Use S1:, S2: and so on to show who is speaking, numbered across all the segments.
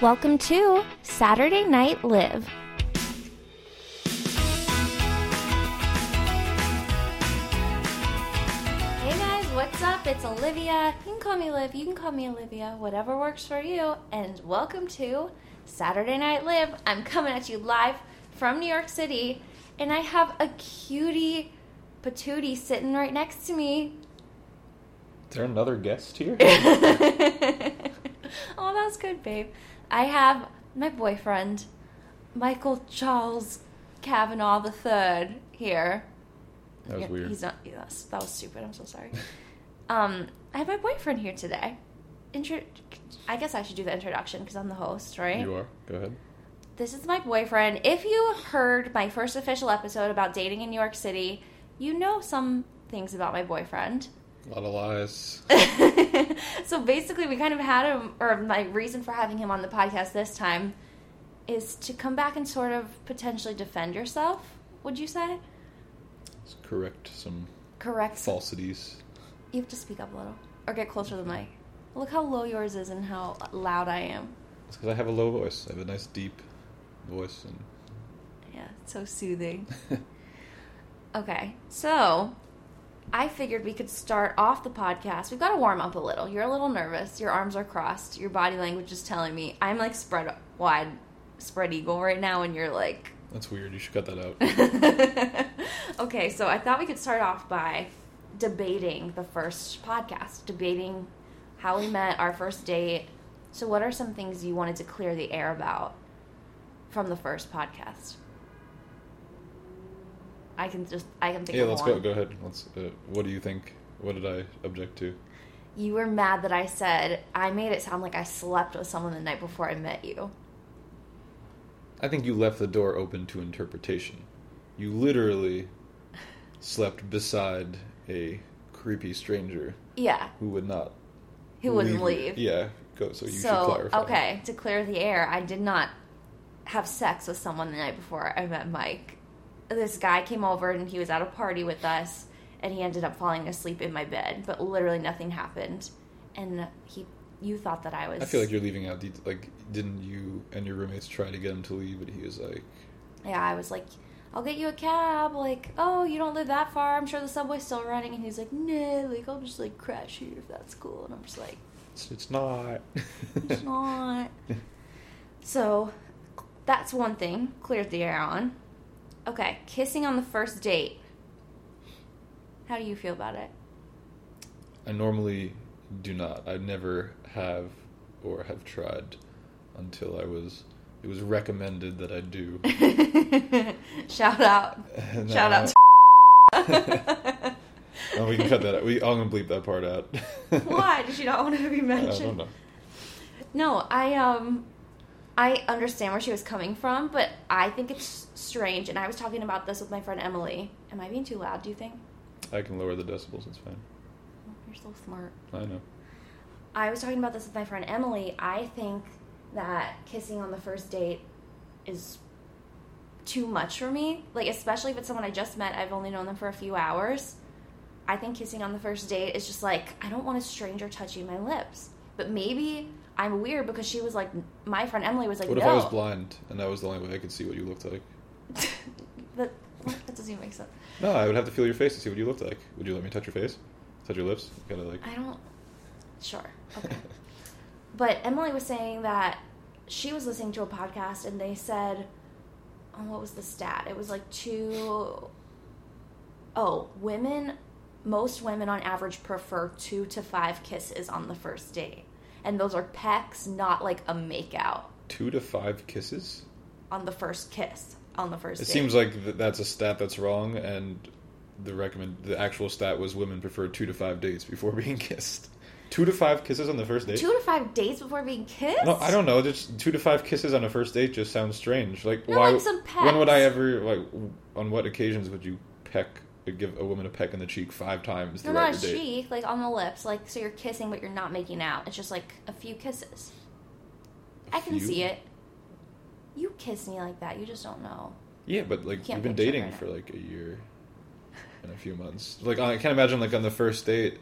S1: Welcome to Saturday Night Live. Hey guys, what's up? It's Olivia. You can call me Liv, you can call me Olivia, whatever works for you. And welcome to Saturday Night Live. I'm coming at you live from New York City, and I have a cutie patootie sitting right next to me.
S2: Is there another guest here?
S1: oh, that was good, babe. I have my boyfriend, Michael Charles Kavanaugh the Third, here.
S2: That was
S1: Yeah,
S2: weird.
S1: He's not. Yes, that was stupid. I'm so sorry. um, I have my boyfriend here today. Intro. I guess I should do the introduction because I'm the host, right?
S2: You are. Go ahead.
S1: This is my boyfriend. If you heard my first official episode about dating in New York City, you know some things about my boyfriend.
S2: A lot of lies.
S1: so basically, we kind of had him, or my reason for having him on the podcast this time is to come back and sort of potentially defend yourself, would you say?
S2: Let's correct some
S1: Correct.
S2: falsities.
S1: You have to speak up a little, or get closer to the mic. Look how low yours is and how loud I am.
S2: It's because I have a low voice. I have a nice deep voice,
S1: Yeah, it's so soothing.
S2: and
S1: Okay, so I figured we could start off the podcast. We've got to warm up a little. You're a little nervous. Your arms are crossed. Your body language is telling me I'm like spread wide, spread eagle right now, and you're like.
S2: that's weird. You should cut that out.
S1: okay, so I thought we could start off by debating the first podcast, debating how we met, our first date. So, what are some things you wanted to clear the air about from the first podcast? I can just I can think.
S2: yeah,
S1: of
S2: let's
S1: one.
S2: go. Go ahead. Let's. Uh, what do you think? What did I object to?
S1: You were mad that I said I made it sound like I slept with someone the night before I met you.
S2: I think you left the door open to interpretation. You literally slept beside a creepy stranger
S1: Yeah,
S2: who would not.
S1: who wouldn't leave?
S2: Yeah. Go. So you should
S1: so
S2: clarify.
S1: okay to clear the air i did not have sex with someone the night before i met mike this guy came over and he was at a party with us and he ended up falling asleep in my bed but literally nothing happened and he you thought that i was
S2: I feel like you're leaving out. Det- like, didn't you and your roommates try to get him to leave, but he was like,
S1: yeah i was like i'll get you a cab like oh you don't live that far i'm sure the subway's still running and he's like no like i'll just like crash here if that's cool and i'm just like
S2: "It's, it's not."
S1: It's not. So that's one thing. Cleared the air on. Okay, kissing on the first date. How do you feel about it?
S2: I normally do not. I never have or have tried until I was. It was recommended that I do.
S1: Shout out.
S2: And
S1: Shout
S2: now-
S1: out to
S2: Oh, we can cut that. Out. We I'm gonna bleep that part out.
S1: Why did you not want to be
S2: I
S1: mentioned?
S2: don't know.
S1: No, I um I understand where she was coming from, but I think it's strange and I was talking about this with my friend Emily. Am I being too loud, do you think?
S2: I can lower the decibels. It's fine.
S1: You're so smart.
S2: I know.
S1: I was talking about this with my friend Emily. I think that kissing on the first date is too much for me. Like, especially if it's someone I just met, I've only known them for a few hours. I think kissing on the first date is just like, I don't want a stranger touching my lips. But maybe I'm weird because she was like, my friend Emily was like,
S2: What
S1: no.
S2: if I was blind and that was the only way I could see what you looked like?
S1: that, that doesn't even make sense.
S2: No, I would have to feel your face to see what you looked like. Would you let me touch your face? Touch your lips? Kind of like.
S1: I don't. Sure. Okay. but Emily was saying that she was listening to a podcast and they said, oh, what was the stat? It was like two. Oh, women, most women on average prefer two to five kisses on the first date. And those are pecks, not like a makeout
S2: Two to five kisses.
S1: on the first kiss. On the first
S2: It
S1: date.
S2: seems like th- that's a stat that's wrong, and the recommend the actual stat was women prefer two to five dates before being kissed. Two to five kisses on the first date.
S1: two to five dates before being kissed?
S2: no, I don't know. Just two to five kisses on a first date just sounds strange. Like
S1: No,
S2: why?
S1: like some pecks.
S2: When would I ever like? w- On what occasions would you peck? Give a woman a peck in the cheek five times
S1: No,
S2: throughout
S1: not a
S2: your date.
S1: cheek, like on the lips, like so you're kissing but you're not making out. It's just like a few kisses. I can
S2: few?
S1: see it. You kiss me like that, you just don't know.
S2: Yeah, but like
S1: Can't
S2: you've been
S1: picture it
S2: dating
S1: right
S2: for
S1: now.
S2: like a year and a few months. Like I can't imagine like on the first date,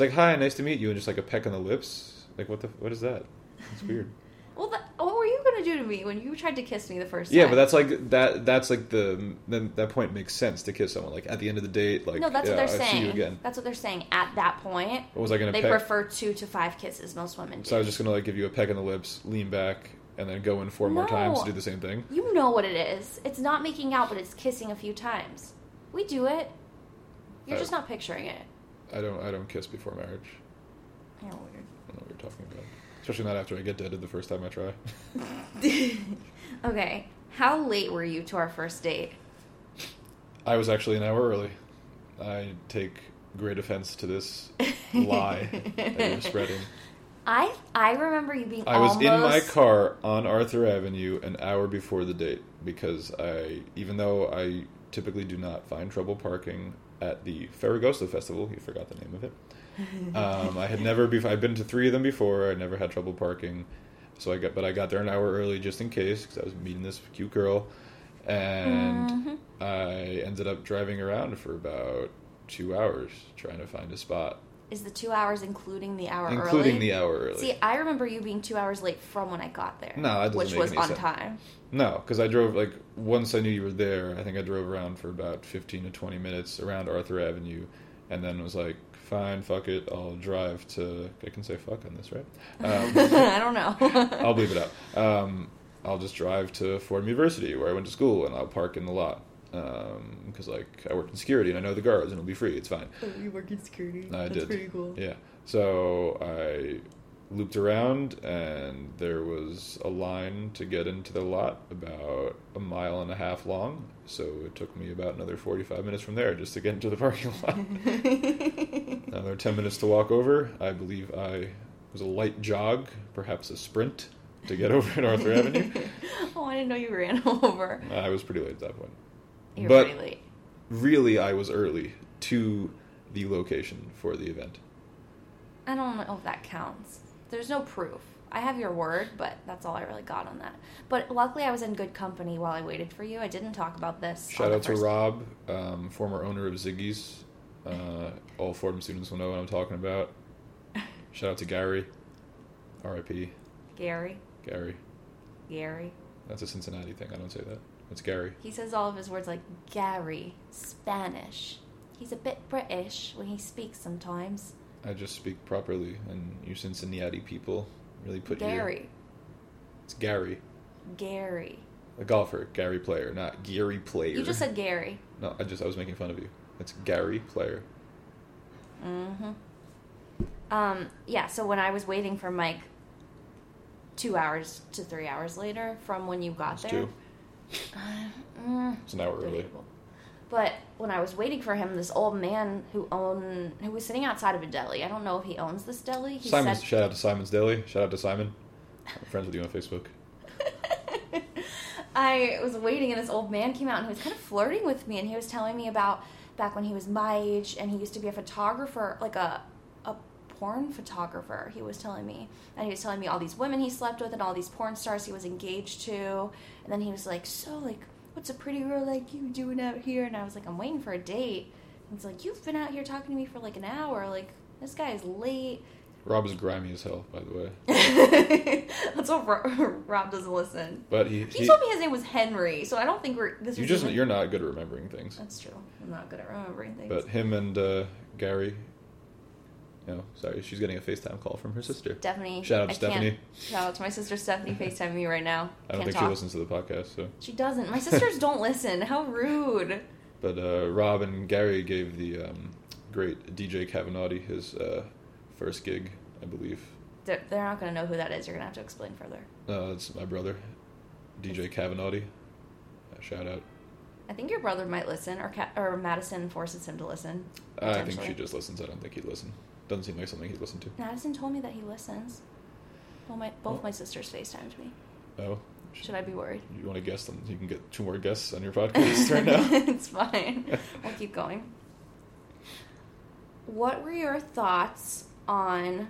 S2: like hi, nice to meet you, and just like a peck on the lips. Like what the what is that? It's weird.
S1: Well, that, what were to me when you tried to kiss me the first
S2: Yeah,
S1: time.
S2: but that's like that. That's like the then that point makes sense to kiss someone. Like at the end of the date, like
S1: no, that's
S2: yeah,
S1: what they're
S2: I
S1: saying.
S2: see you again.
S1: That's what they're saying. At that point,
S2: What was I gonna?
S1: they
S2: peck?
S1: prefer two to five kisses. Most women do.
S2: So I was just gonna like give you a peck on the lips, lean back, and then go in four more times
S1: No.
S2: to do the same thing.
S1: You know what it is. It's not making out, but it's kissing a few times. We do it. You're
S2: Uh,
S1: just not picturing it.
S2: I don't. I don't kiss before marriage.
S1: You're
S2: I don't know what you're talking about. Especially not after I get deaded the first time I try.
S1: weird. okay. How late were you to our first date?
S2: I was actually an hour early. I take great offense to this lie that you're spreading.
S1: I I remember you being.
S2: I was in my
S1: almost-
S2: car on Arthur Avenue an hour before the date because I, even though I typically do not find trouble parking at the Ferragosto Festival, you forgot the name of it. Um, I had never before. I've been to three of them before. I never had trouble parking, so I got. But I got there an hour early just in case because I was meeting this cute girl, and
S1: Mhm.
S2: I ended up driving around for about two hours trying to find a spot,
S1: Is the two hours including the hour
S2: including
S1: early?
S2: the hour early.
S1: See, I remember you being two hours late from when I got there.
S2: No, that doesn't
S1: which
S2: make
S1: was
S2: any
S1: on
S2: sense.
S1: time.
S2: No, because I drove like once I knew you were there. I think I drove around for about fifteen to twenty minutes around Arthur Avenue, and then was like, "Fine, fuck it, I'll drive to." I can say "fuck" on this, right? Um,
S1: I don't know.
S2: I'll bleep it out. Um, I'll just drive to Fordham University where I went to school, and I'll park in the lot because like I worked in security and I know the guards, and it'll be free. It's fine.
S1: you work in security.
S2: I did. Yeah. So I looped around, and there was a line to get into the lot about a mile and a half long. So it took me about another 45 minutes from there just to get into the parking lot. another 10 minutes to walk over. I believe I it was a light jog, perhaps a sprint, to get over at Arthur Avenue.
S1: oh, I didn't know you ran over.
S2: I was pretty late at that point.
S1: You're
S2: But-
S1: pretty late.
S2: Really, I was early to the location for the event.
S1: I don't know if that counts. There's no proof. I have your word, but that's all I really got on that. But luckily, I was in good company while I waited for you. I didn't talk about this. on
S2: Shout
S1: the
S2: out to
S1: first-
S2: Rob, um, former owner of Ziggy's. Uh, all Fordham students will know what I'm talking about. Shout out to Gary, R.I.P.
S1: Gary.
S2: Gary.
S1: Gary.
S2: That's a Cincinnati thing. I don't say that. It's Gary.
S1: He says all of his words like Gary, Spanish. He's a bit British when he speaks sometimes.
S2: I just speak properly, and you Cincinnati people really put your-
S1: Gary.
S2: It's Gary,
S1: Gary.
S2: a golfer, Gary player, not Gary player.
S1: You just said Gary.
S2: no. I just I was making fun of you. It's Gary player.
S1: Mm-hmm. Um, yeah, so when I was waiting for Mike two hours to three hours later from when you got
S2: It's
S1: there.
S2: two.
S1: Mm,
S2: It's an hour early.
S1: debatable. But when I was waiting for him, this old man who owned who was sitting outside of a deli. I don't know if he owns this deli. He
S2: Simon's.
S1: said
S2: Shout out to Simon's Deli. Shout out to Simon. I'm friends with you on Facebook.
S1: I was waiting, and this old man came out, and he was kind of flirting with me, and he was telling me about back when he was my age, and he used to be a photographer, like a a porn photographer. He was telling me, and he was telling me all these women he slept with, and all these porn stars he was engaged to, and then he was like, "So, like, what's a pretty girl like you doing out here?" And I was like, "I'm waiting for a date." And he's like, "You've been out here talking to me for like an hour. Like, this guy is late."
S2: Rob is grimy as hell, by the way.
S1: That's what Ro- Rob doesn't listen.
S2: But he,
S1: He,
S2: he-
S1: told me his name was Henry, so I don't think we're. This Oh,
S2: you
S1: was
S2: just
S1: even-
S2: you're not good at remembering things.
S1: That's true. I'm not good at remembering things.
S2: But him and uh, Gary, no, sorry, she's getting a FaceTime call from her sister.
S1: Stephanie.
S2: Shout out to
S1: I
S2: Stephanie.
S1: Can't, shout out to my sister Stephanie FaceTime me right now.
S2: I
S1: can't
S2: don't think
S1: talk.
S2: she listens to the podcast, so.
S1: She doesn't. My sisters don't listen. How rude.
S2: But uh, Rob and Gary gave the um, great DJ Cavanati his uh, first gig, I believe.
S1: They're, they're not going to know who that is. You're going to have to explain further.
S2: No, that's my brother, DJ Cavanati. Uh, shout out.
S1: I think your brother might listen, or Ca- or Madison forces him to listen.
S2: I think
S1: potentially.
S2: she just listens. I don't think he'd listen. Doesn't seem like something he'd listen to.
S1: Madison told me that he listens. Well, my, both
S2: Oh.
S1: my sisters FaceTimed me.
S2: No.
S1: Should I be worried?
S2: Oh. You want to guess them? You can get two more guests on your podcast right now.
S1: it's fine. We'll keep going. What were your thoughts on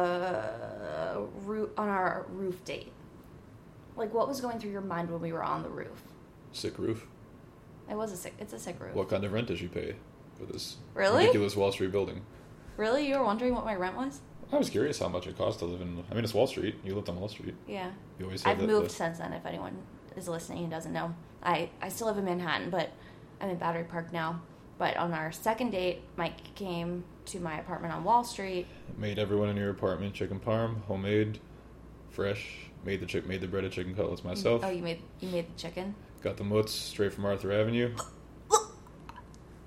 S1: the roof on our roof date? Like, what was going through your mind when we were on the roof?
S2: Sick roof.
S1: It was a sick. It's a sick roof.
S2: What kind of rent does she pay for this
S1: Really?
S2: ridiculous Wall Street building?
S1: Really, you were wondering what my rent was?
S2: I was curious how much it cost to live in. I mean, it's Wall Street. You lived on Wall Street.
S1: Yeah.
S2: You always had
S1: I've
S2: that.
S1: moved
S2: that-
S1: since then, if anyone is listening and doesn't know. I, I still live in Manhattan, but I'm in Battery Park now. But on our second date, Mike came to my apartment on Wall Street.
S2: made everyone in your apartment chicken parm, homemade, fresh. Made the chick made the breaded chicken cutlets myself.
S1: Oh, you made you made the chicken.
S2: Got the mutts straight from Arthur Avenue.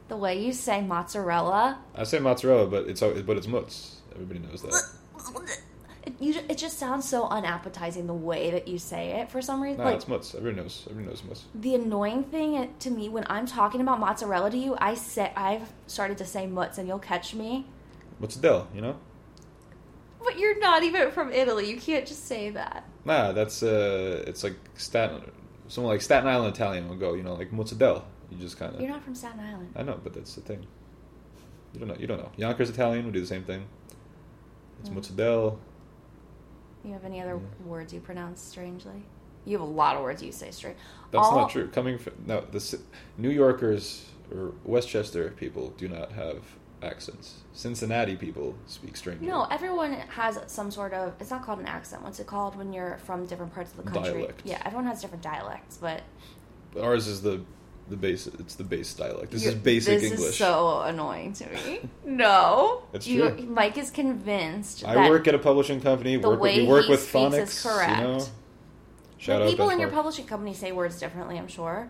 S1: The way you say mozzarella,
S2: I say mozzarella, but it's al- but it's mutts. Everybody knows that.
S1: it, you, ju- it just sounds so unappetizing the way that you say it for some reason.
S2: Nah,
S1: like
S2: it's mutts. Everybody knows. Everybody knows mutts.
S1: the annoying thing to me when I'm talking about mozzarella to you, I say I've started to say mutz, and you'll catch me.
S2: What's Dell? You know?
S1: But you're not even from Italy. You can't just say that.
S2: Nah, that's uh, it's like Staten. Someone like Staten Island Italian will go. You know, like mozzarella. You just kind of.
S1: You're not from Staten Island.
S2: I know, but that's the thing. You don't know. You don't know. Yonkers Italian would do the same thing. It's
S1: Mm.
S2: mozzarella.
S1: You have any other
S2: Yeah.
S1: words you pronounce strangely? You have a lot of words you say strange.
S2: That's
S1: All-
S2: not true. Coming from no, the ci- New Yorkers or Westchester people do not have accents. Cincinnati people speak strangely.
S1: No, everyone has some sort of. It's not called an accent. What's it called when you're from different parts of the country?
S2: Dialect.
S1: Yeah, everyone has different dialects, but
S2: ours is the the base. It's the base dialect. This is
S1: you're-
S2: basic
S1: this
S2: English.
S1: is so annoying to me. no,
S2: It's
S1: You-
S2: true.
S1: Mike is convinced.
S2: I
S1: that
S2: work at a publishing company.
S1: the
S2: Work with,
S1: way
S2: we work
S1: he
S2: with
S1: speaks
S2: phonics.
S1: is correct.
S2: You know?
S1: Well,
S2: Shout out
S1: people in your
S2: Benchmark.
S1: publishing company say words differently. I'm sure.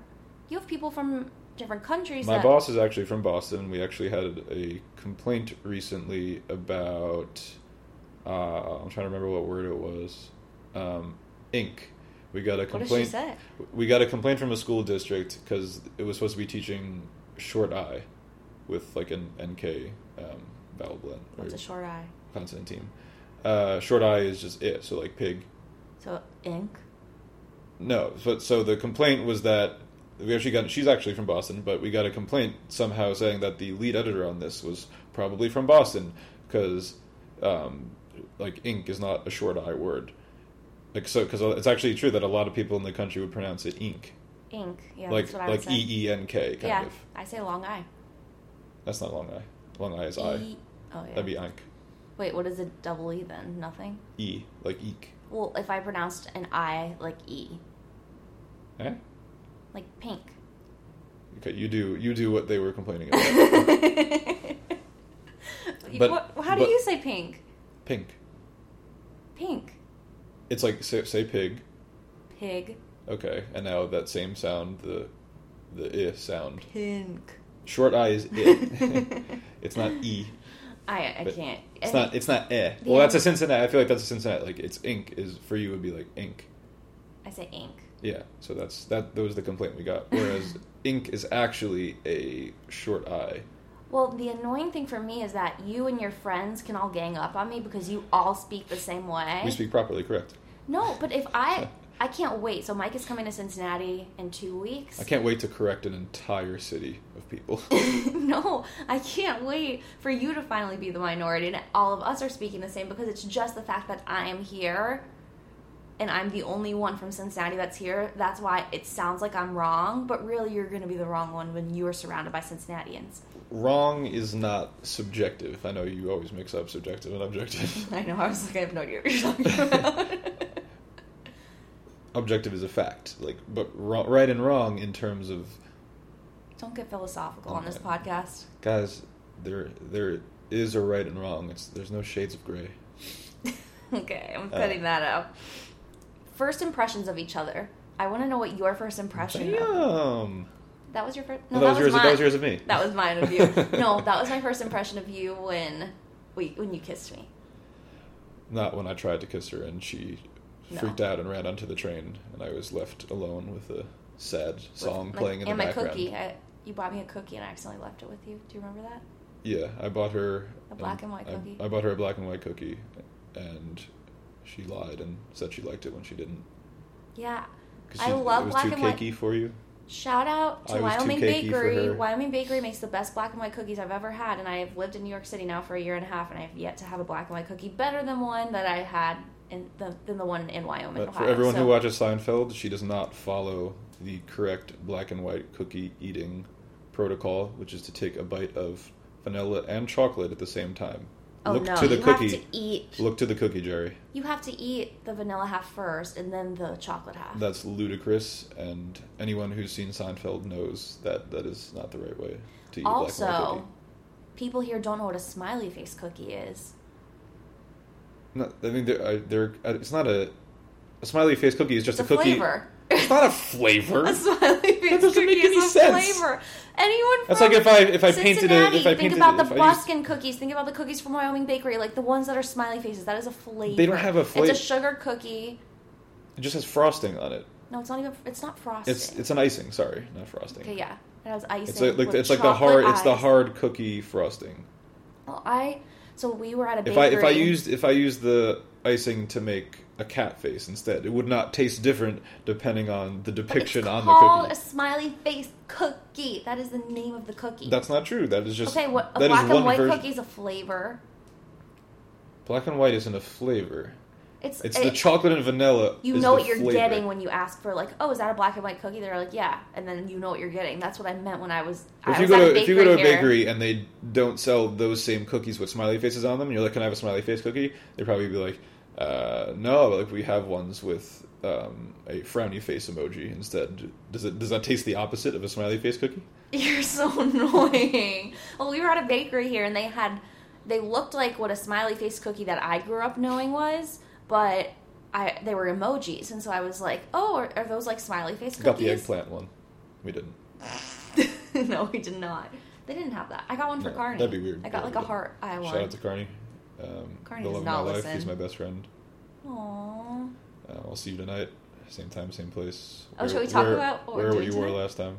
S1: You have people from different countries.
S2: My
S1: that,
S2: boss is actually from Boston. We actually had a complaint recently about. Uh, I'm trying to remember what word it was. Um, ink. We got a
S1: What does she
S2: complaint.
S1: say?
S2: We got a complaint from a school district because it was supposed to be teaching short I, with like an NK um, vowel blend or
S1: What's a short eye?
S2: consonant team. Uh, short I is just it. So like pig.
S1: So ink.
S2: No, but so the complaint was that we actually got. She's actually from Boston, but we got a complaint somehow saying that the lead editor on this was probably from Boston because, um, like, ink is not a short I word. Like so, because it's actually true that a lot of people in the country would pronounce it ink,
S1: Ink. Yeah,
S2: like
S1: that's what I would
S2: like
S1: say.
S2: e e n k kind
S1: yeah,
S2: of.
S1: I say long eye.
S2: That's not long I. Long I is I.
S1: E- oh yeah.
S2: That'd be ink.
S1: Wait, what is a double e then? Nothing.
S2: E like eek.
S1: Well, if I pronounced an I like e,
S2: Eh?
S1: like pink.
S2: Okay, you do you do what they were complaining about.
S1: but,
S2: But-
S1: how do
S2: but-
S1: you say pink?
S2: Pink.
S1: Pink,
S2: It's like say, say pig.
S1: pig,
S2: Okay, and now that same sound, the the i sound.
S1: pink.
S2: Short i is it. it's not e.
S1: I I
S2: But
S1: can't.
S2: It's not. It's not eh.
S1: The
S2: Well, that's a
S1: end.
S2: Cincinnati. I feel like that's a Cincinnati. Like it's ink is for you would be like ink.
S1: I say ink.
S2: Yeah. So that's that. That was the complaint we got. Whereas ink is actually a short i.
S1: Well, the annoying thing for me is that you and your friends can all gang up on me because you all speak the same way.
S2: We speak properly correct.
S1: no, but if I I can't wait. So Mike is coming to Cincinnati in two weeks.
S2: I can't wait to correct an entire city of people.
S1: no, I can't wait for you to finally be the minority and all of us are speaking the same because it's just the fact that I am here and I'm the only one from Cincinnati that's here. That's why it sounds like I'm wrong, but really you're going to be the wrong one when you are surrounded by Cincinnatians.
S2: Wrong is not subjective. I know you always mix up subjective and objective.
S1: I know, I was like, I have no idea what you're talking about.
S2: objective is a fact. Like, but wrong, right and wrong in terms of
S1: Don't get philosophical on this
S2: Okay.
S1: podcast.
S2: guys there there is a right and wrong it's there's no shades of gray
S1: okay, I'm
S2: Uh.
S1: cutting that out. First impressions of each other. I want to know what your first impression of
S2: Damn.
S1: That was your first.
S2: Well, that was yours- that
S1: mine.
S2: was yours of me.
S1: That was mine of you. no, that was my first impression of you when we when you kissed me.
S2: not when i tried to kiss her and she
S1: No.
S2: freaked out and ran onto the train and i was left alone with a sad
S1: With
S2: song
S1: my-
S2: playing in
S1: and
S2: the
S1: my
S2: background
S1: cookie. I, you bought me a cookie and I accidentally left it with you. Do you remember that?
S2: yeah i bought her
S1: A black and white
S2: I-
S1: cookie?
S2: I, bought her a black and white cookie and she lied and said she liked it when she didn't
S1: Yeah.
S2: 'Cause
S1: I
S2: she-
S1: love
S2: it was
S1: black
S2: too
S1: and white-
S2: cakey for you
S1: Shout out to
S2: I was too
S1: Wyoming
S2: cakey for
S1: Bakery.
S2: her.
S1: Wyoming Bakery makes the best black and white cookies I've ever had, and I have lived in New York City now for a year and a half, and I have yet to have a black and white cookie better than one that I had in the, than the one in Wyoming.
S2: but for
S1: Ohio.
S2: everyone who
S1: Oh So-
S2: watches seinfeld she does not follow the correct black and white cookie eating protocol which is to take a bite of vanilla and chocolate at the same time
S1: Oh
S2: Look
S1: no,
S2: to the
S1: you
S2: cookie.
S1: have to eat.
S2: Look to the cookie, Jerry.
S1: You have to eat the vanilla half first, and then the chocolate half.
S2: That's ludicrous, and anyone who's seen Seinfeld knows that that is not the right way to eat a black
S1: also,
S2: market
S1: people here don't know what a smiley face cookie is.
S2: cookie. No, I mean, they're, I- they're, uh, it's not a, a smiley face cookie. It's just
S1: It's a
S2: a cookie.
S1: flavor.
S2: It's not a flavor.
S1: a smiley face
S2: doesn't
S1: cookie
S2: make any
S1: is a
S2: sense.
S1: flavor. Anyone from
S2: That's like if I if I painted a
S1: Cincinnati,
S2: if I
S1: think
S2: painted
S1: about
S2: it,
S1: the
S2: if I used-
S1: Boskin cookies. Think about the cookies from Wyoming Bakery, like the ones that are smiley faces. That is a flavor.
S2: They don't have a flavor.
S1: It's a sugar cookie.
S2: it just has frosting on it.
S1: No, it's not even. It's not frosting.
S2: It's it's an icing. Sorry, not frosting.
S1: okay, yeah. It has icing.
S2: It's like, like
S1: with
S2: it's like the
S1: chocolate
S2: hard it's the
S1: eyes.
S2: hard cookie frosting.
S1: Well, I so we were at a
S2: If
S1: bakery.
S2: I if I used if I used the icing to make a cat face instead, it would not taste different depending on the
S1: But it's
S2: depiction on the
S1: called
S2: cookie.
S1: a smiley face cookie. That is the name of the cookie.
S2: That's not true. That is just
S1: okay. What a
S2: that is
S1: black and
S2: one
S1: white
S2: version.
S1: cookie is a flavor.
S2: Black and white isn't a flavor.
S1: It's
S2: It's
S1: it-
S2: the chocolate and vanilla.
S1: you
S2: is
S1: know
S2: the
S1: what you're
S2: flavor.
S1: getting when you ask for like, oh, is that a black and white cookie? They're like, yeah, and then you know what you're getting. That's what I meant when I was. I
S2: If you
S1: was
S2: go
S1: at
S2: to if you go to a
S1: here.
S2: bakery and they don't sell those same cookies with smiley faces on them, and you're like, "Can I have a smiley face cookie?" They'd probably be like, uh, "No, like we have ones with um, a frowny face emoji instead." Does it does that taste the opposite of a smiley face cookie?
S1: You're so annoying. well, we were at a bakery here, and they had they looked like what a smiley face cookie that I grew up knowing was, but I they were emojis, and so I was like, oh, are, are those like smiley face
S2: Got the
S1: cookies?
S2: eggplant one. We didn't.
S1: no, we did not. They didn't have that. I got one for
S2: No,
S1: Carney.
S2: that'd be weird.
S1: I got like a heart eye one.
S2: Shout out to Carney. Um,
S1: Carney
S2: the
S1: does
S2: love of my
S1: not
S2: life.
S1: listen.
S2: He's my best friend.
S1: Aww.
S2: Uh, I'll see you tonight. Same time, same place.
S1: Oh, shall we talk about what we're
S2: where
S1: doing
S2: you were
S1: tonight?
S2: last time?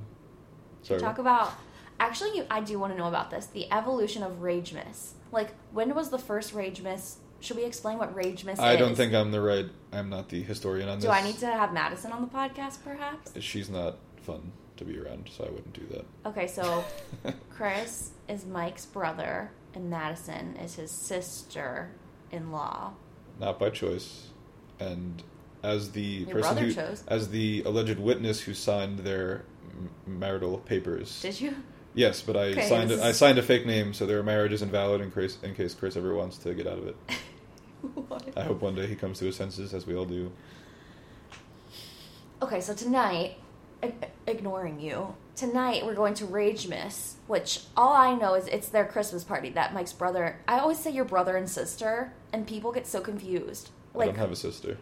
S1: Should we talk about actually you, i do want to know about this the evolution of rage miss like when was the first rage miss should we explain what rage miss
S2: I
S1: is
S2: don't think I'm the right. I'm not the historian on
S1: do
S2: this.
S1: i need to have madison on the podcast perhaps
S2: She's not fun to be around, so I wouldn't do that.
S1: okay so chris is mike's brother and madison is his sister-in-law
S2: not by choice. And as the
S1: Your
S2: person
S1: brother
S2: who,
S1: chose.
S2: as the alleged witness who signed their m- marital papers,
S1: did you
S2: yes, but I
S1: Okay,
S2: signed
S1: this
S2: a, I
S1: is-
S2: signed a fake name, so their marriage is invalid in case in case Chris ever wants to get out of it. I hope one day he comes to his senses, as we all do.
S1: Okay, so tonight, i- ignoring you, tonight we're going to Rage Miss, which all I know is it's their Christmas party that Mike's brother. I always say your brother and sister, and people get so confused.
S2: I
S1: Like,
S2: don't have a sister.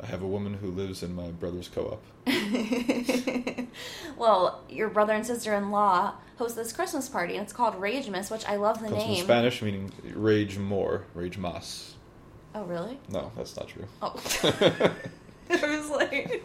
S2: I have a woman who lives in my brother's co-op.
S1: well, your brother and sister in law host this Christmas party, and it's called Rage Miss, which I love the
S2: Comes from
S1: name.
S2: Spanish, meaning rage more, rage más.
S1: Oh, really?
S2: No, that's not true.
S1: Oh. I was like,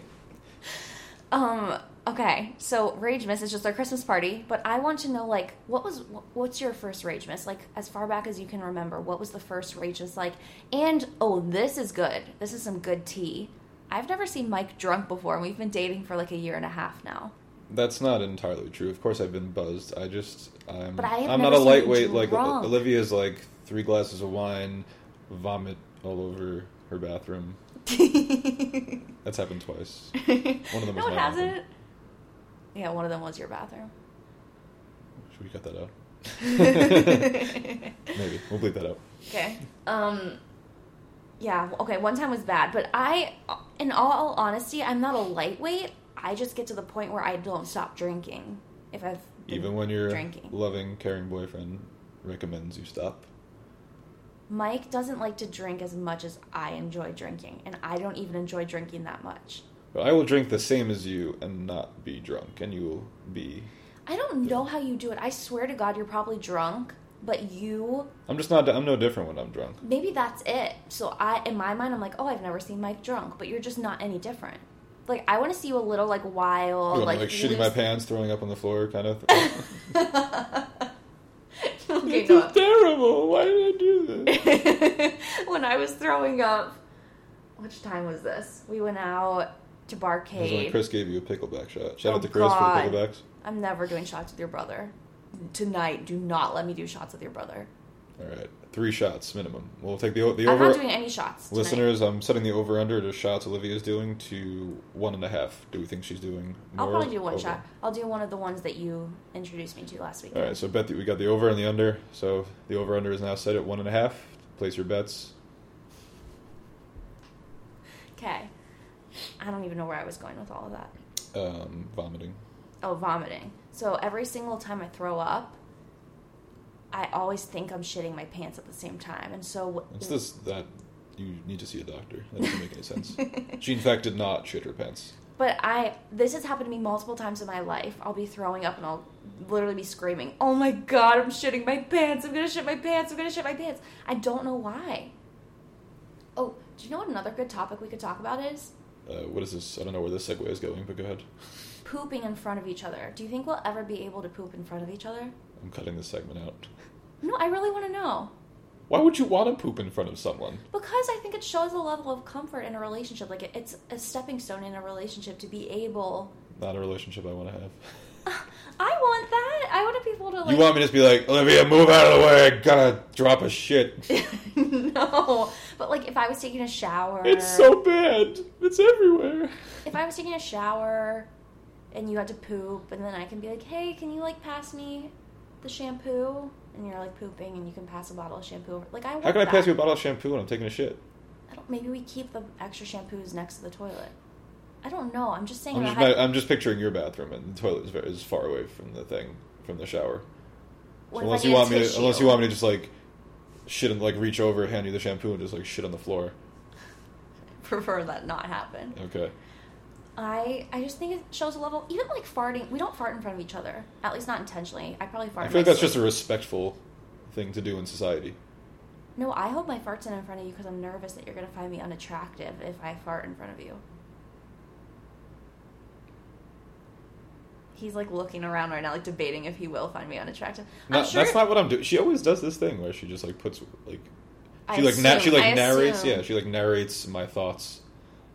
S1: um, okay. So Rage Miss is just our Christmas party, but I want to know like what was wh- what's your first Rage Miss? Like as far back as you can remember, what was the first Rage Miss like? And oh, this is good. This is some good tea. I've never seen Mike drunk before, and we've been dating for like a year and a half now.
S2: That's not entirely true. Of course, I've been buzzed. I just I'm
S1: But I have
S2: I'm
S1: never
S2: not a
S1: seen you
S2: lightweight like
S1: drunk.
S2: Olivia's. Like three glasses of wine, vomit all over her bathroom. That's happened twice. One of them was
S1: no,
S2: my
S1: it
S2: bathroom.
S1: hasn't. Yeah, one of them was your bathroom.
S2: Should we cut that out? Maybe we'll bleep that out.
S1: Okay. Um yeah, okay, one time was bad, but I in all honesty, I'm not a lightweight. I just get to the point where I don't stop drinking if I've been
S2: Even when your
S1: drinking.
S2: loving, caring boyfriend recommends you stop.
S1: Mike doesn't like to drink as much as I enjoy drinking, and I don't even enjoy drinking that much.
S2: But I will drink the same as you and not be drunk, and you will be.
S1: I don't know how you do it. I swear to God, you're probably drunk, but you
S2: I'm just not. I'm no different when I'm drunk.
S1: maybe that's it. So I in my mind I'm like, "Oh, I've never seen Mike drunk, but you're just not any different." Like I want to see you a little like wild,
S2: You know,
S1: like,
S2: Oh, like, shitting my
S1: loose-
S2: pants, throwing up on the floor, kind of. Thing.
S1: okay,
S2: this
S1: no.
S2: is terrible. Why did I do this?
S1: when I was throwing up, which time was this? We went out to
S2: It was when
S1: Barcade.
S2: Chris gave you a pickleback shot. Shout
S1: Oh,
S2: out to Chris
S1: God.
S2: for the picklebacks.
S1: I'm never doing shots with your brother. Tonight, do not let me do shots with your brother.
S2: All right, three shots minimum. We'll take the o- the
S1: I'm
S2: over.
S1: not doing any shots. tonight.
S2: Listeners, I'm setting the over under to shots Olivia's doing to one and a half. Do we think she's doing?
S1: I'll
S2: more
S1: probably do one
S2: over?
S1: shot. I'll do one of the ones that you introduced me to last week.
S2: All right, so bet that we got the over and the under. So the over under is now set at one and a half. Place your bets.
S1: Okay. I don't even know where I was going with all of that.
S2: Um, vomiting.
S1: Oh, vomiting. So every single time I throw up, I always think I'm shitting my pants at the same time. And so
S2: It's this that you need to see a doctor. That doesn't make any sense. She in fact did not shit her pants.
S1: But I this has happened to me multiple times in my life. I'll be throwing up and I'll literally be screaming, "Oh my god, I'm shitting my pants. I'm going to shit my pants. I'm going to shit my pants." I don't know why. Oh, do you know what another good topic we could talk about is?
S2: Uh, what is this? I don't know where this segue is going, but go ahead.
S1: Pooping in front of each other. Do you think we'll ever be able to poop in front of each other?
S2: I'm cutting this segment out.
S1: No, I really want to know.
S2: Why would you want to poop in front of someone?
S1: Because I think it shows a level of comfort in a relationship. Like it, it's a stepping stone in a relationship to be able
S2: Not a relationship I want to have.
S1: I want that. I want to be able to like
S2: you want me to just be like, Olivia, move out of the way. I gotta drop a shit.
S1: no, but like if I was taking a shower,
S2: It's so bad. It's everywhere.
S1: if I was taking a shower and you had to poop, and then I can be like, hey, can you like pass me the shampoo? And you're like pooping, and you can pass a bottle of shampoo. Over. Like I want
S2: How can I
S1: that.
S2: pass you a bottle of shampoo when I'm taking a shit?
S1: I don't, maybe we keep the extra shampoos next to the toilet. I don't know. I'm just saying.
S2: I'm
S1: about
S2: just,
S1: how-
S2: I'm just picturing your bathroom, and the toilet is, very, is far away from the thing, from the shower.
S1: what if I
S2: unless
S1: need
S2: you
S1: a
S2: want me, to,
S1: tissue?
S2: unless you want me to just like shit and like reach over, hand you the shampoo, and just like shit on the floor.
S1: prefer that not happen.
S2: Okay.
S1: I I just think it shows a level. Even like farting, we don't fart in front of each other. At least not intentionally. I probably fart.
S2: I
S1: in
S2: feel like
S1: my
S2: that's
S1: sleep.
S2: just a respectful thing to do in society.
S1: No, I hope my fart's in in front of you because I'm nervous that you're going to find me unattractive if I fart in front of you. He's like looking around right now, like debating if he will find me unattractive.
S2: Not,
S1: I'm sure
S2: That's not what I'm doing. She always does this thing where she just like puts like
S1: I
S2: she like na- she
S1: assume- I
S2: like narrates
S1: assume.
S2: yeah she like narrates my thoughts,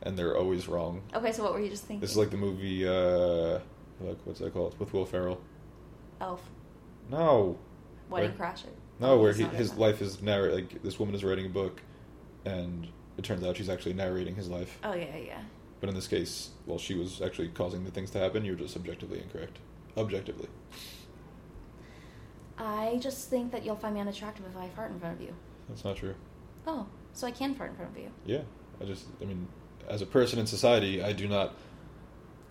S2: and they're always wrong.
S1: Okay, so what were you just thinking?
S2: This is like the movie uh like what's that called with Will Ferrell?
S1: Elf,
S2: No,
S1: Wedding
S2: Where-
S1: Crasher.
S2: no, where
S1: Oh, That's
S2: he,
S1: not it,
S2: his
S1: huh?
S2: life is narrate like this woman is writing a book, and it turns out she's actually narrating his life.
S1: Oh yeah, yeah.
S2: But in this case, while she was actually causing the things to happen, you're just subjectively incorrect. Objectively.
S1: I just think that you'll find me unattractive if I fart in front of you.
S2: That's not true.
S1: Oh, so I can fart in front of you.
S2: Yeah. I just, I mean, as a person in society, I do not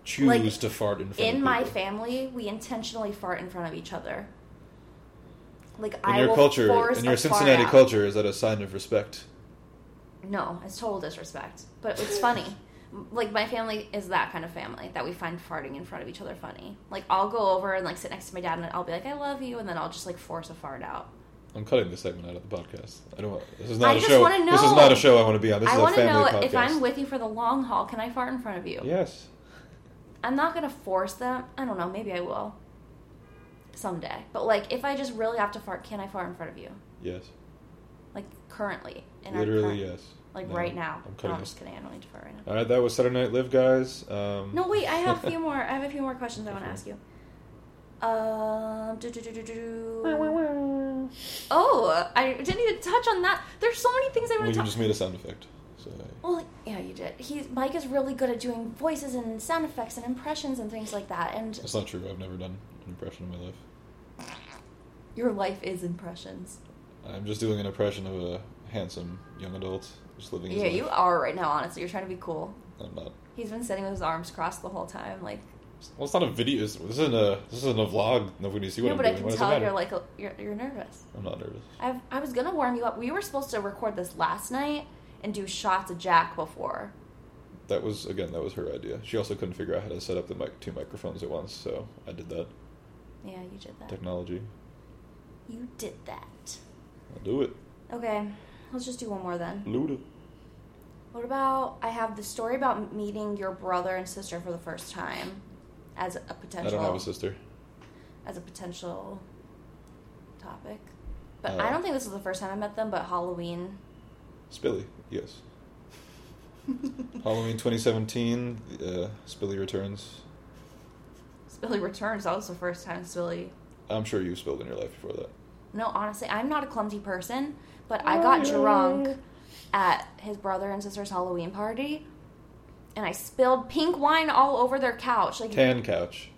S2: choose
S1: Like,
S2: to fart in front
S1: In
S2: of
S1: my
S2: people.
S1: family, we intentionally fart in front of each other. Like
S2: In
S1: I
S2: your
S1: will
S2: culture,
S1: force
S2: in
S1: a
S2: your
S1: fart
S2: Cincinnati
S1: out.
S2: culture, is that a sign of respect?
S1: No, it's total disrespect. But it's funny. like my family is that kind of family that we find farting in front of each other funny. Like I'll go over and like sit next to my dad and I'll be like, "I love you," and then I'll just like force a fart out.
S2: I'm cutting this segment out of the podcast. I don't. want- This is not
S1: I
S2: a
S1: just
S2: show.
S1: wanna
S2: This is
S1: know.
S2: not a show I want to be on. This
S1: I
S2: is a
S1: want to know
S2: family podcast.
S1: if I'm with you for the long haul, can I fart in front of you?
S2: yes.
S1: I'm not gonna force them. I don't know. Maybe I will someday. But like, if I just really have to fart, can I fart in front of you?
S2: Yes.
S1: Like currently, in our current,
S2: Literally yes.
S1: like
S2: No,
S1: right now.
S2: I'm
S1: no,
S2: cutting
S1: I'm
S2: this.
S1: just kidding. I don't need to fart right now.
S2: All right, that was Saturday Night Live, guys. Um,
S1: No, wait. I have a few more. I have a few more questions I want to
S2: Okay.
S1: ask you. Um. do, do, do, do, do.
S2: more.
S1: Oh, I didn't even touch on that. There's so many things I
S2: Well,
S1: want
S2: you
S1: to talk.
S2: just made a sound effect. So
S1: Well, yeah, you did. He's Mike is really good at doing voices and sound effects and impressions and things like that. And
S2: that's not true. I've never done an impression in my life.
S1: your life is impressions.
S2: I'm just doing an impression of a handsome young adult just living. His
S1: Yeah,
S2: life.
S1: you are right now. Honestly, you're trying to be cool.
S2: I'm not.
S1: He's been sitting with his arms crossed the whole time, like.
S2: Well, it's not a video. It's, this isn't a. This isn't a vlog. Nobody can see what
S1: No,
S2: I'm
S1: but I
S2: doing.
S1: can
S2: What does it
S1: tell
S2: matter?
S1: you're like a, you're, you're nervous.
S2: I'm not nervous.
S1: I've, I was gonna warm you up. We were supposed to record this last night and do shots of Jack before.
S2: That was again. That was her idea. She also couldn't figure out how to set up the mic two microphones at once. So I did that.
S1: Yeah, you did that.
S2: Technology.
S1: You did that.
S2: I'll do it.
S1: Okay, let's just do one more then.
S2: Loot it.
S1: What about I have the story about meeting your brother and sister for the first time as a
S2: I
S1: potential
S2: don't have a sister.
S1: as a potential topic. But
S2: Oh.
S1: I don't think this is the first time I met them, but Halloween.
S2: Spilly. Yes. Halloween 2017. Uh, Spilly returns.
S1: Spilly returns. That was the first time Spilly
S2: I'm sure you spilled in your life before that.
S1: no, honestly, I'm not a clumsy person, but I got drunk at his brother and sister's Halloween party, and I spilled pink wine all over their couch. Like,
S2: Tan couch.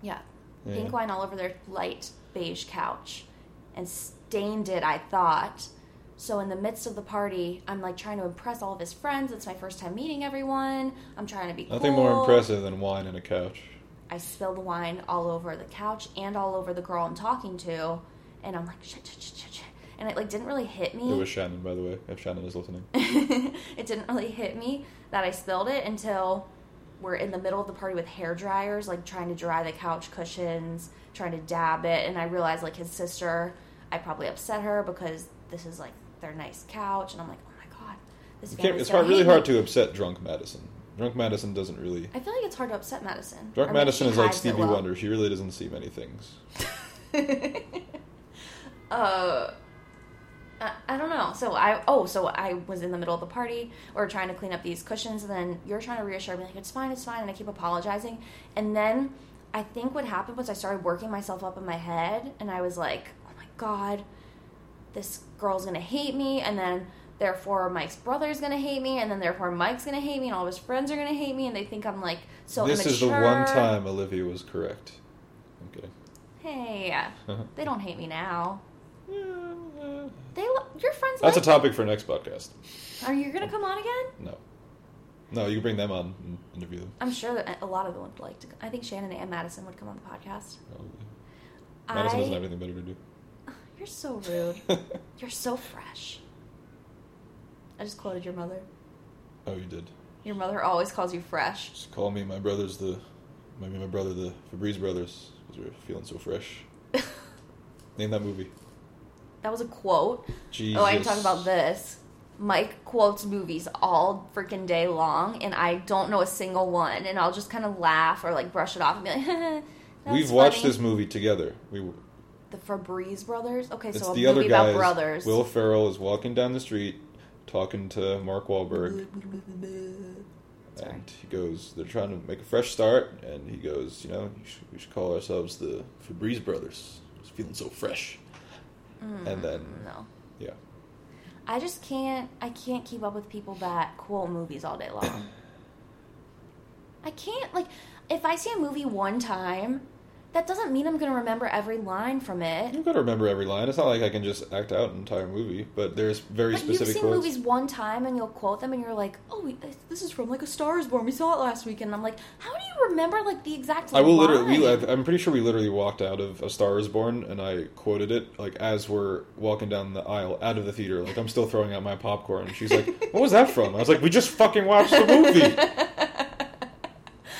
S1: yeah,
S2: Yeah.
S1: pink wine all over their light beige couch, and stained it. I thought. So in the midst of the party, I'm like trying to impress all of his friends. It's my first time meeting everyone. I'm trying to be
S2: Nothing
S1: cool.
S2: more impressive than wine and a couch.
S1: I spilled wine all over the couch and all over the girl I'm talking to, and I'm like shit, shit, shit, shit, shit, and it like didn't really hit me.
S2: It was Shannon, by the way, if Shannon is listening.
S1: it didn't really hit me that I spilled it until we're in the middle of the party with hair dryers, like trying to dry the couch cushions, trying to dab it, and I realized like his sister, I probably upset her because this is like their nice couch, and I'm like, oh my god, this
S2: You can't,
S1: family's
S2: it's
S1: gonna
S2: hard, really
S1: hate me."
S2: hard to upset drunk Madison. Drunk Madison doesn't really.
S1: I feel like it's hard to upset Madison.
S2: Drunk
S1: Or maybe
S2: Madison
S1: she
S2: is like
S1: hides it
S2: Stevie
S1: well.
S2: Wonder. She really doesn't see many things.
S1: uh, I, I don't know. So I oh so I was in the middle of the party or trying to clean up these cushions, and then you're trying to reassure me like it's fine, it's fine, and I keep apologizing, and then I think what happened was I started working myself up in my head, and I was like, oh my god, this girl's gonna hate me, and then. Therefore, Mike's brother's gonna hate me, and then therefore Mike's gonna hate me, and all of his friends are gonna hate me, and they think I'm like so.
S2: this
S1: immature.
S2: is the one time Olivia was correct. I'm kidding.
S1: Hey, they don't hate me now. They lo- your friends.
S2: That's a
S1: like
S2: topic for next podcast.
S1: Are you gonna come on again?
S2: No. No, you can bring them on and interview them.
S1: I'm sure that a lot of them would like to. I think Shannon and Madison would come on the podcast.
S2: Probably. Madison
S1: I.
S2: doesn't have anything better to do.
S1: You're so rude. You're so fresh. I just quoted your mother.
S2: oh, you did.
S1: Your mother always calls you fresh.
S2: Just call me my brother's the, my my brother the Febreze brothers because we're feeling so fresh. Name that movie.
S1: That was a quote.
S2: Jesus.
S1: Oh, I can talk about this. Mike quotes movies all freaking day long, and I don't know a single one. And I'll just kind of laugh or like brush it off and be like, that was
S2: We've watched
S1: funny."
S2: this movie together. We
S1: The Febreze brothers. Okay,
S2: it's
S1: so a
S2: the
S1: movie
S2: other guy.
S1: about brothers.
S2: Will Ferrell is walking down the street talking to Mark Wahlberg,
S1: Mm-hmm. Sorry.
S2: and he goes, "They're trying to make a fresh start," and he goes, "You know, you should, we should call ourselves the Febreze brothers. It's feeling so fresh."
S1: Hmm.
S2: and then-
S1: no.
S2: Yeah.
S1: I just can't. I can't keep up with people that quote movies all day long. I can't like if I see a movie one time, that doesn't mean I'm gonna remember every line from it.
S2: You've got to remember every line. It's not like I can just act out an entire movie, but there's very
S1: But you've
S2: specific
S1: seen
S2: quotes.
S1: movies one time and you'll quote them and you're like, oh, we- this is from like A Star Is Born. We saw it last weekend. And I'm like, how do you remember like the exact?
S2: I will literally.
S1: line?
S2: We, I've- I'm pretty sure we literally walked out of A Star Is Born, and I quoted it like as we're walking down the aisle out of the theater. Like I'm still throwing out my popcorn, and she's like, "What was that from?" I was like, "We just fucking watched the movie."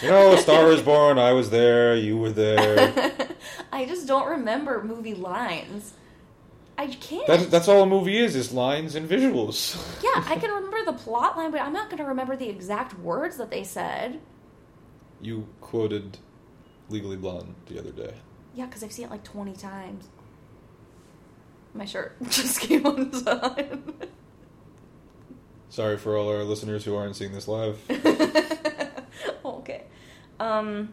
S2: You know, A Star Is Born. I was there. You were there.
S1: I just don't remember movie lines. I can't.
S2: That's that's all a movie is: is lines and visuals.
S1: Yeah, I can remember the plot line, but I'm not going to remember the exact words that they said.
S2: You quoted Legally Blonde the other day.
S1: Yeah, because I've seen it like 20 times. My shirt just came on time.
S2: Sorry for all our listeners who aren't seeing this live.
S1: okay. Um,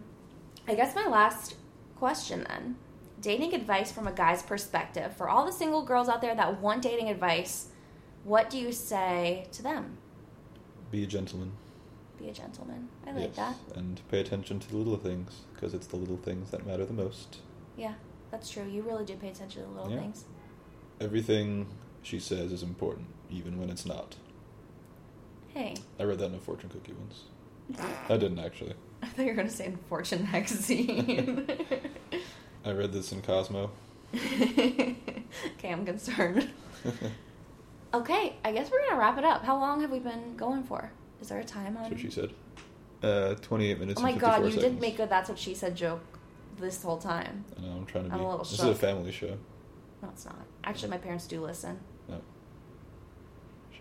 S1: I guess my last question then. Dating advice from a guy's perspective. For all the single girls out there that want dating advice, what do you say to them?
S2: Be a gentleman.
S1: Be a gentleman. I like
S2: Yes,
S1: that.
S2: And pay attention to the little things because it's the little things that matter the most.
S1: Yeah, that's true. You really do pay attention to the little
S2: Yeah.
S1: things.
S2: Everything she says is important, even when it's not.
S1: Hey.
S2: I read that in a fortune cookie once. I didn't actually.
S1: I thought you were going to say in Fortune magazine.
S2: I read this in Cosmo.
S1: okay, I'm concerned. Okay, I guess we're going to wrap it up. How long have we been going for? Is there a time on?
S2: That's what she said. Uh, 28 minutes.
S1: oh my
S2: and
S1: god,
S2: 54
S1: you
S2: seconds.
S1: did make a that's what she said joke this whole time.
S2: I know, I'm trying to be.
S1: I'm a little
S2: this is a
S1: shook.
S2: family show.
S1: No, it's not. Actually, my parents do listen.
S2: No.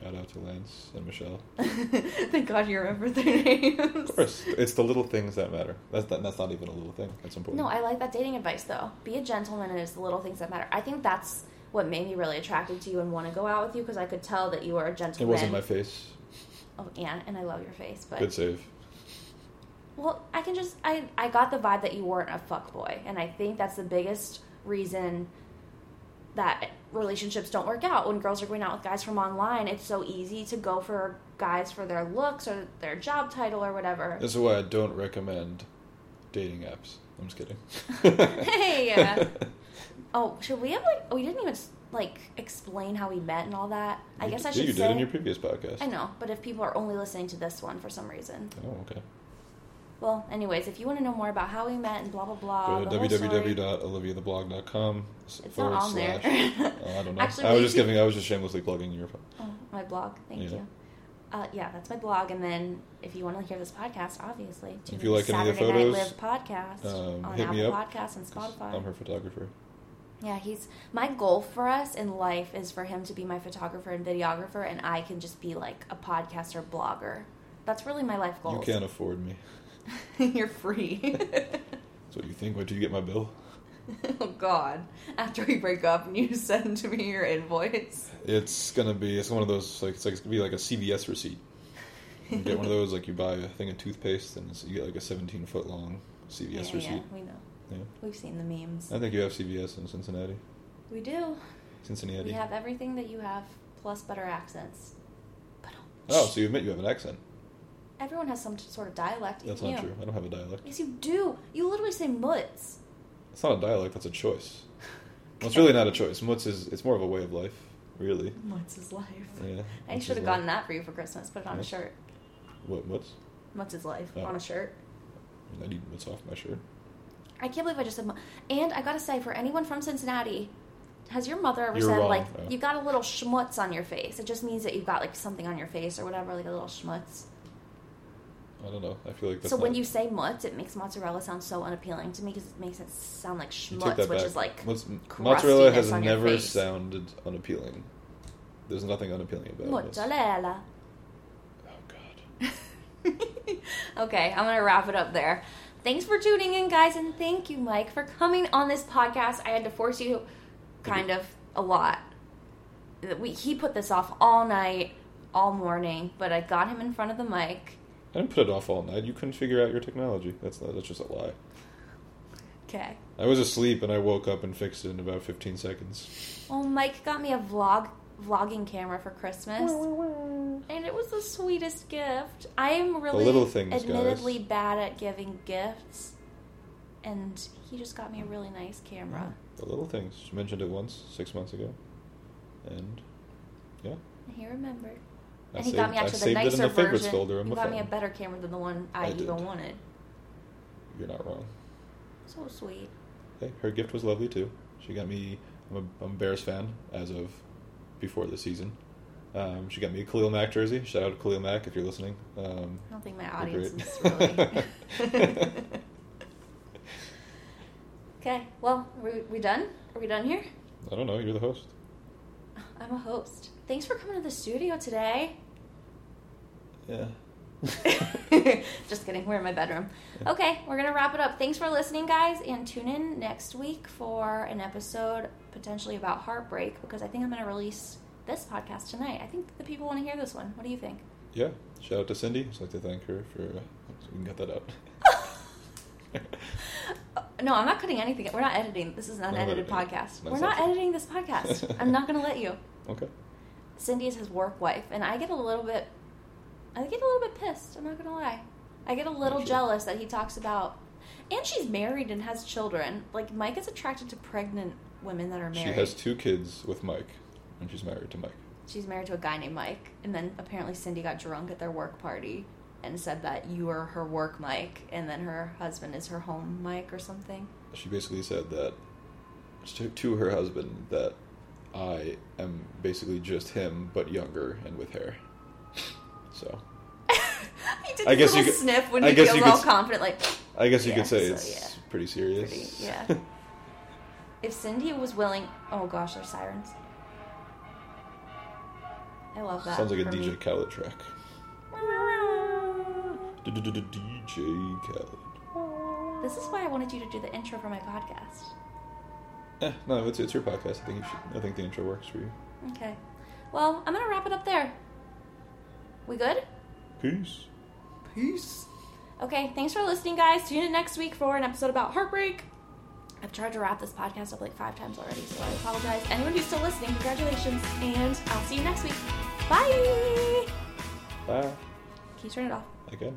S2: Shout out to Lance and Michelle.
S1: Thank God you remember their names.
S2: Of course, it's the little things that matter. That's that, that's not even a little thing. That's important.
S1: No, I like that dating advice though. Be a gentleman, and it's the little things that matter. I think that's what made me really attracted to you and want to go out with you because I could tell that you were a
S2: It
S1: gentleman.
S2: wasn't my face.
S1: Oh yeah, and I love your face, but
S2: Good save.
S1: well, I can just I I got the vibe that you weren't a fuck boy, and I think that's the biggest reason that relationships don't work out when girls are going out with guys from online it's so easy to go for guys for their looks or their job title or whatever
S2: This is why I don't recommend dating apps. I'm just kidding.
S1: Hey, uh, oh should we have like we didn't even like explain how we met and all that i
S2: You
S1: guess
S2: d-
S1: i should
S2: You
S1: say
S2: did in your previous podcast.
S1: i know but if people are only listening to this one for some reason
S2: Oh, okay.
S1: well anyways if you want to know more about how we met and blah blah blah
S2: Go to
S1: Uh, the whole story-
S2: www.oliviatheblog.com s-
S1: it's not
S2: forward
S1: on there
S2: slash. Oh, I don't know.
S1: Actually,
S2: I was
S1: wait,
S2: just
S1: you-
S2: giving. I was just shamelessly plugging your.
S1: Oh, my blog. Thank
S2: Yeah.
S1: you. Uh, yeah, that's my blog. And then if you want to hear this podcast, obviously, tune
S2: If you
S1: in
S2: like
S1: to
S2: any of the
S1: Saturday
S2: photos,
S1: Night Live podcast
S2: um,
S1: on
S2: hit
S1: Apple
S2: me up,
S1: Podcasts and Spotify.
S2: I'm her photographer.
S1: Yeah, he's my goal for us in life is for him to be my photographer and videographer, and I can just be like a podcaster blogger. That's really my life goal.
S2: You can't afford me.
S1: You're free.
S2: So you think? Wait till you get my bill.
S1: oh God! After we break up, and you send to me your invoice.
S2: It's gonna be. It's one of those. Like it's like it's gonna be like a CVS receipt. You get one of those. Like you buy a thing of toothpaste, and it's, you get like a 17 foot long CVS
S1: yeah, yeah,
S2: receipt.
S1: we know.
S2: Yeah.
S1: We've seen the memes.
S2: I think you have CVS in Cincinnati.
S1: We do.
S2: Cincinnati.
S1: We have everything that you have, plus better accents. But
S2: Oh, so you admit you have an accent.
S1: everyone has some sort of dialect.
S2: That's
S1: even
S2: not
S1: you.
S2: true. I don't have a dialect.
S1: Yes, you do. You literally say mutts.
S2: It's not a dialect. That's a choice. Well, it's really not a choice. Mutz is. It's more of a way of life, really.
S1: Mutts is life.
S2: Yeah.
S1: I should
S2: Mutz is
S1: have
S2: life.
S1: gotten that for you for Christmas. Put it on a
S2: Yeah.
S1: shirt.
S2: What Mutz?
S1: Mutts is life
S2: Oh.
S1: on a shirt.
S2: I mean, I need Mutz off my shirt.
S1: I can't believe I just said. Mu- and I gotta say, for anyone from Cincinnati, has your mother ever
S2: You're
S1: said
S2: wrong,
S1: like
S2: though.
S1: you got a little schmutz on your face? It just means that you've got like something on your face or whatever, like a little schmutz.
S2: I don't know. I feel like that's.
S1: so when
S2: not-
S1: you say mutz, it makes mozzarella sound so unappealing to me because it makes it sound like
S2: You take
S1: schmutz,
S2: that
S1: which
S2: back.
S1: is like
S2: Mutz, mozzarella
S1: crustiness
S2: has
S1: on your
S2: never
S1: face.
S2: sounded unappealing. There's nothing unappealing about Mutz.
S1: mozzarella.
S2: Oh God.
S1: okay, I'm gonna wrap it up there. Thanks for tuning in, guys, and thank you, Mike, for coming on this podcast. I had to force you, kind of, a lot. We, he put this off all night, all morning, but I got him in front of the mic.
S2: I didn't put it off all night. You couldn't figure out your technology. That's not, that's just a lie.
S1: Okay.
S2: I was asleep and I woke up and fixed it in about 15 seconds.
S1: Well, Mike got me a vlog vlogging camera for Christmas, and it was the sweetest gift. I am really
S2: little things, guys.
S1: admittedly bad at giving gifts, and he just got me a really nice camera.
S2: The little things. She mentioned it once six months ago, and yeah,
S1: And He remembered.
S2: I
S1: and he
S2: saved-
S1: got me
S2: I
S1: actually the
S2: saved it in
S1: nicer
S2: the favorites
S1: version.
S2: folder on
S1: you
S2: my
S1: got me a
S2: phone.
S1: better camera than the one I,
S2: I
S1: even
S2: did.
S1: wanted.
S2: you're not wrong.
S1: So sweet.
S2: Hey, her gift was lovely too. She got me. I'm a, I'm a Bears fan as of before the season. Um, she got me a Khalil Mack jersey. Shout out to Khalil Mack if you're listening. Um,
S1: I don't think my
S2: you're
S1: audience
S2: great.
S1: is really. okay. Well, we we done? Are we done here?
S2: I don't know. You're the host.
S1: I'm a host. Thanks for coming to the studio today.
S2: Yeah.
S1: Just kidding. We're in my bedroom.
S2: Yeah.
S1: Okay, we're gonna wrap it up. Thanks for listening, guys, and tune in next week for an episode potentially about heartbreak because I think I'm gonna release this podcast tonight. I think the people want to hear this one. What do you think?
S2: Yeah. Shout out to Cindy. I'd like to thank her for. so we can cut that out.
S1: No, I'm not cutting anything. We're not editing. This is an
S2: We're not
S1: unedited
S2: editing.
S1: podcast.
S2: No,
S1: We're
S2: it's
S1: not
S2: not.
S1: editing this podcast. I'm not gonna let you.
S2: okay.
S1: Cindy is his work wife, and I get a little bit, I get a little bit pissed. I'm not gonna lie. I get a little
S2: Sure.
S1: jealous that he talks about, and she's married and has children. Like Mike is attracted to pregnant women that are married.
S2: She has two kids with Mike, and she's married to Mike.
S1: She's married to a guy named Mike, and then apparently Cindy got drunk at their work party and said that you are her work Mike, and then her husband is her home Mike or something.
S2: she basically said that to, to her husband that I am basically just him, but younger and with hair. So
S1: he did
S2: I
S1: I
S2: guess
S1: guess
S2: you
S1: little
S2: could-
S1: sniff when
S2: I
S1: he
S2: guess
S1: feels
S2: you could
S1: all
S2: s-
S1: confident. Like
S2: I guess you
S1: Yeah,
S2: could say
S1: so,
S2: it's
S1: yeah.
S2: pretty serious.
S1: Pretty, yeah. if Cindy was willing, oh gosh, there's sirens. I love that.
S2: Sounds like a
S1: for
S2: DJ
S1: me.
S2: Khaled track. DJ Khaled.
S1: This is why I wanted you to do the intro for my podcast.
S2: Eh, no, it's it's your podcast. I think you should, I think the intro works for you.
S1: Okay. Well, I'm gonna wrap it up there. We good?
S2: Peace.
S1: Peace. Okay, thanks for listening, guys. Tune in next week for an episode about heartbreak. I've tried to wrap this podcast up like five times already, so I apologize. Anyone who's still listening, congratulations, and I'll see you next week. Bye!
S2: Bye.
S1: Can you turn it off?
S2: Again.